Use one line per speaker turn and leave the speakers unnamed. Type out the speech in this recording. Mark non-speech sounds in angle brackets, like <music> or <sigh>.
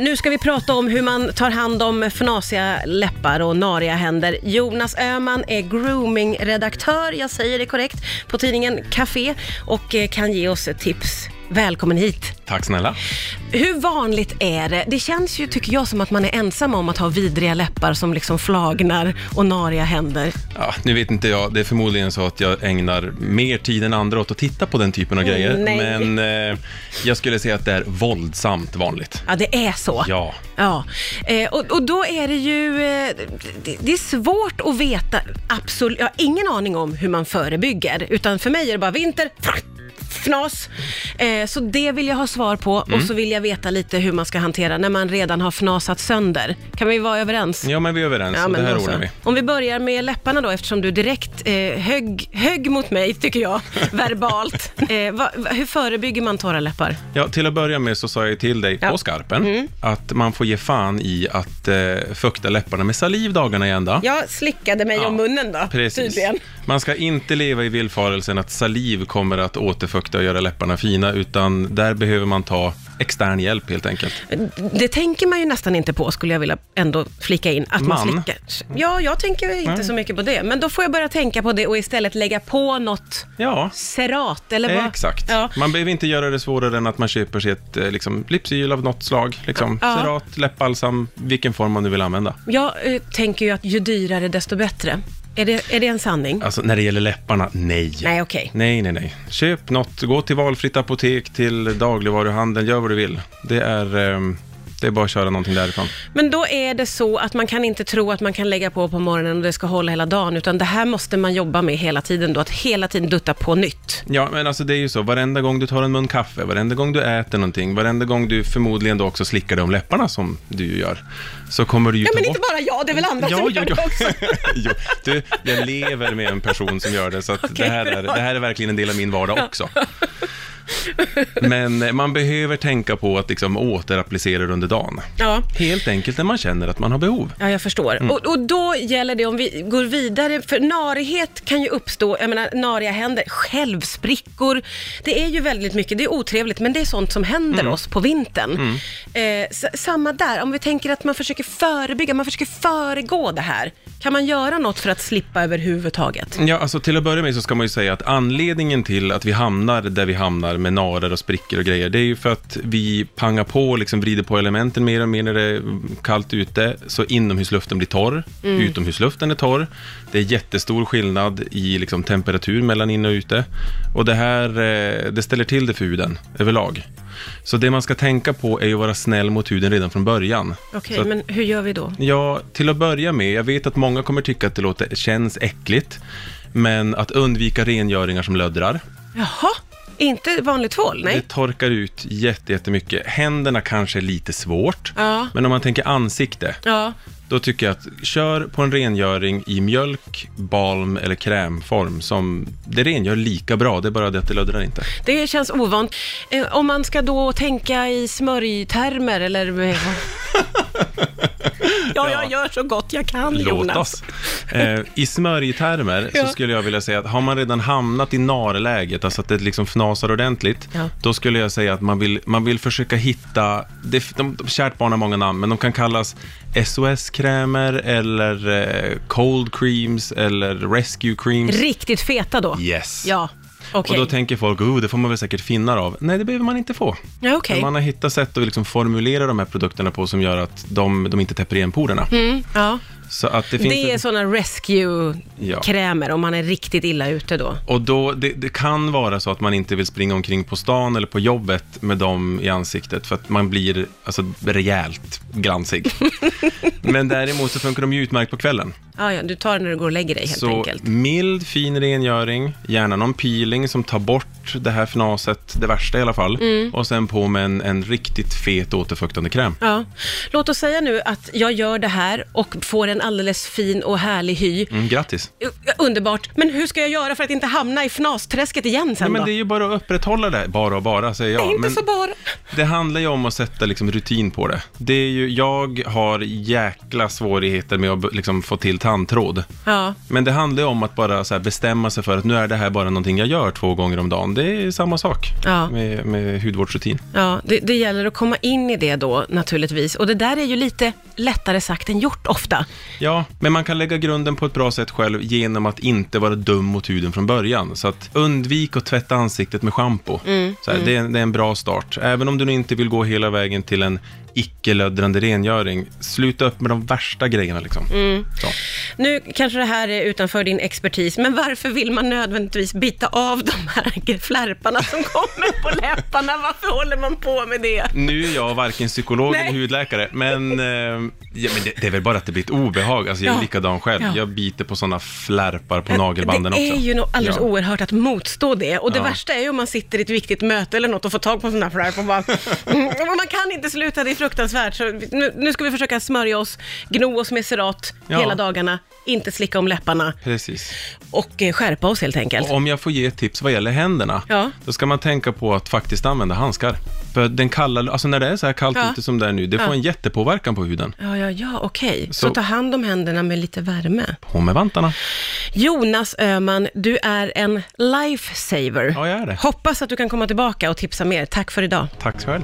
Nu ska vi prata om hur man tar hand om fnasiga läppar och nariga händer. Jonas Öhman är groomingredaktör, jag säger det korrekt, på tidningen Café och eh, kan ge oss ett tips. Välkommen hit!
Tack snälla.
Hur vanligt är det? Det känns ju, tycker jag, som att man är ensam om att ha vidriga läppar som liksom flagnar och nariga händer.
Ja, nu vet inte jag, det är förmodligen så att jag ägnar mer tid än andra åt att titta på den typen av grejer.
Mm, nej.
Men eh, jag skulle säga att det är våldsamt vanligt.
Ja, det är så.
Ja.
Ja, eh, och, och då är det ju, eh, det, det är svårt att veta, absolut, jag har ingen aning om hur man förebygger, utan för mig är det bara vinter, fnas. Eh, så det vill jag ha svar på
Mm.
och så vill jag veta lite hur man ska hantera när man redan har fnasat sönder. Kan vi vara överens?
Ja, men vi är överens.
Ja,
och det
men alltså.
här
då så.
ordnar vi.
Om vi börjar med läpparna då, eftersom du direkt eh, högg, högg mot mig, tycker jag,
<laughs>
verbalt. Eh, va, va, hur förebygger man torra läppar?
Ja, till att börja med så sa jag till dig
Ja. Mm.
på skarpen att man får ge fan i att eh, fukta läpparna med saliv dagarna i ända.
Jag slickade mig
Ja,
om munnen då,
Precis.
tydligen.
Man ska inte leva i villfarelsen att saliv kommer att återfukta och göra läpparna fina, utan där behöver man ta extern hjälp helt enkelt.
Det tänker man ju nästan inte på, skulle jag vilja ändå flika in. Att man,
Man?
slickar. Ja, jag tänker inte så mycket på det. Men då får jag börja tänka på det och istället lägga på något
Ja,
serat eller vad?
Eh, Exakt.
Ja.
Man behöver inte göra det svårare än att man köper sig ett eh, liksom, lipsyl av något slag. Liksom.
Ja.
Cerat, läppbalsam, vilken form man nu vill använda.
Jag eh, tänker ju att ju dyrare desto bättre. Är det, är det en sanning?
Alltså när det gäller läpparna, nej.
Nej, okej.
Nej, nej, nej. Köp något, gå till valfritt apotek, till dagligvaruhandeln, gör vad du vill. Det är, ehm, det är bara att köra någonting därifrån.
Men då är det så att man kan inte tro att man kan lägga på på morgonen och det ska hålla hela dagen, utan det här måste man jobba med hela tiden då, att hela tiden dutta på nytt.
Ja, men alltså det är ju så, varenda gång du tar en mun kaffe, varenda gång du äter någonting, varenda gång du förmodligen då också slickar dig om läpparna som du ju gör, så kommer du ju ta bort
bara jag, det är väl andra
<laughs> jo. Du, jag lever med en person som gör det, så att
Okej,
det, här är,
bra.
det här är verkligen en del av min vardag
<laughs>
också. Men eh, man behöver tänka på att liksom återapplicera det under dagen.
Ja.
Helt enkelt när man känner att man har behov.
Ja, jag förstår. Och, och då gäller det om vi går vidare, för narighet kan ju uppstå, jag menar nariga händer, självsprickor. Det är ju väldigt mycket, det är otrevligt, men det är sånt som händer oss på vintern. Eh, s- samma där, om vi tänker att man försöker förebygga, man försöker föregå det här. Kan man göra något för att slippa överhuvudtaget?
Ja, alltså till att börja med så ska man ju säga att anledningen till att vi hamnar där vi hamnar med narer och sprickor och grejer, det är ju för att vi pangar på och liksom vrider på elementen mer och mer när det är kallt ute, så inomhusluften blir torr, utomhusluften är torr. Det är jättestor skillnad i liksom temperatur mellan inne och ute och det här, eh, det ställer till det för huden överlag. Så det man ska tänka på är ju att vara snäll mot huden redan från början.
Okej,
Så att-
men hur gör vi då?
Ja, till att börja med, jag vet att många kommer tycka att det låter, känns äckligt, men att undvika rengöringar som löddrar.
Jaha, inte vanlig tvål? Nej.
Det torkar ut jätte- jättemycket. Händerna kanske är lite svårt,
Ja.
men om man tänker ansikte,
Ja.
då tycker jag att kör på en rengöring i mjölk, balm eller krämform som det rengör lika bra, det är bara det att det löddrar inte.
Det känns ovant. Eh, Om man ska då tänka i smörjtermer eller...
<laughs>
eh, ja, jag gör så gott jag kan,
Låt
Jonas.
oss. Eh, I smörjtermer
Ja.
så skulle jag vilja säga att har man redan hamnat i narläget, alltså att det liksom fnasar ordentligt,
Ja.
då skulle jag säga att man vill, man vill försöka hitta, det, de, de, kärt barn har många namn, men de kan kallas SOS-krämer eller eh, cold creams eller rescue creams.
Riktigt feta då?
Yes.
Ja, okej.
Och då tänker folk, oh, det får man väl säkert finnar av. Nej, det behöver man inte få.
Ja, okej.
För Man har hittat sätt att liksom formulera de här produkterna på som gör att de, de inte täpper igen porerna.
Mm, ja.
Så att det, finns
Det är
ett-
sådana rescue-krämer om man är riktigt illa ute då.
Och då, det, det kan vara så att man inte vill springa omkring på stan eller på jobbet med dem i ansiktet för att man blir alltså, rejält glansig.
<laughs>
Men däremot så funkar de ju utmärkt på kvällen.
Ja, ja, du tar det när du går och lägger dig helt
så
enkelt.
mild, fin rengöring, gärna någon peeling som tar bort det här fnaset, det värsta i alla fall.
Mm.
Och sen på med en, en riktigt fet återfuktande kräm.
Ja. Låt oss säga nu att jag gör det här och får en alldeles fin och härlig hy.
Mm, grattis!
Underbart, men hur ska jag göra för att inte hamna i fnasträsket igen sen
Nej, men
då?
det är ju bara att upprätthålla det, bara och bara säger jag.
Det är inte
men...
så bara.
Det handlar ju om att sätta liksom rutin på det. det är ju, jag har jäkla svårigheter med att b- liksom få till tandtråd.
Ja.
Men det handlar ju om att bara så här bestämma sig för att nu är det här bara någonting jag gör två gånger om dagen. Det är samma sak
Ja.
med, med hudvårdsrutin.
Ja, det, det gäller att komma in i det då naturligtvis. Och det där är ju lite lättare sagt än gjort ofta.
Ja, men man kan lägga grunden på ett bra sätt själv genom att inte vara dum mot huden från början. Så att undvik att tvätta ansiktet med schampo.
Mm,
så här, Det, är, det är en bra start. Även om du nu inte vill gå hela vägen till en icke-löddrande rengöring, sluta upp med de värsta grejerna liksom.
Mm.
Så.
Nu kanske det här är utanför din expertis, men varför vill man nödvändigtvis bita av de här <laughs> flärparna som kommer på läpparna? Varför håller man på med det?
Nu är jag varken psykolog
Nej.
eller hudläkare, men, eh, ja, men det, det är väl bara att det blir ett obehag. Alltså, jag är
Ja.
likadan själv.
Ja.
Jag biter på sådana flärpar på nagelbanden
det
också.
är ju något alldeles
Ja.
oerhört att motstå det. Och det
Ja.
värsta är ju om man sitter i ett viktigt möte eller något och får tag på en sån där flärp och bara... Mm, men man kan inte sluta, det är fruktansvärt. Så nu, nu ska vi försöka smörja oss, gno oss med Cerat
Ja.
hela dagarna, inte slicka om läpparna
Precis.
och eh, skärpa oss helt enkelt.
Och om jag får ge ett tips vad gäller händerna,
Ja.
då ska man tänka på att faktiskt använda handskar. För den kalla, alltså när det är så här kallt
Ja.
ute som det är nu, det får
Ja.
en jättepåverkan på huden.
Ja, ja, ja, okej. Så...
Så-
ta hand om händerna med lite värme.
På med vantarna.
Jonas Öman, du är en lifesaver.
Ja, jag är det.
Hoppas att du kan komma tillbaka och tipsa mer. Tack för idag.
Tack själv.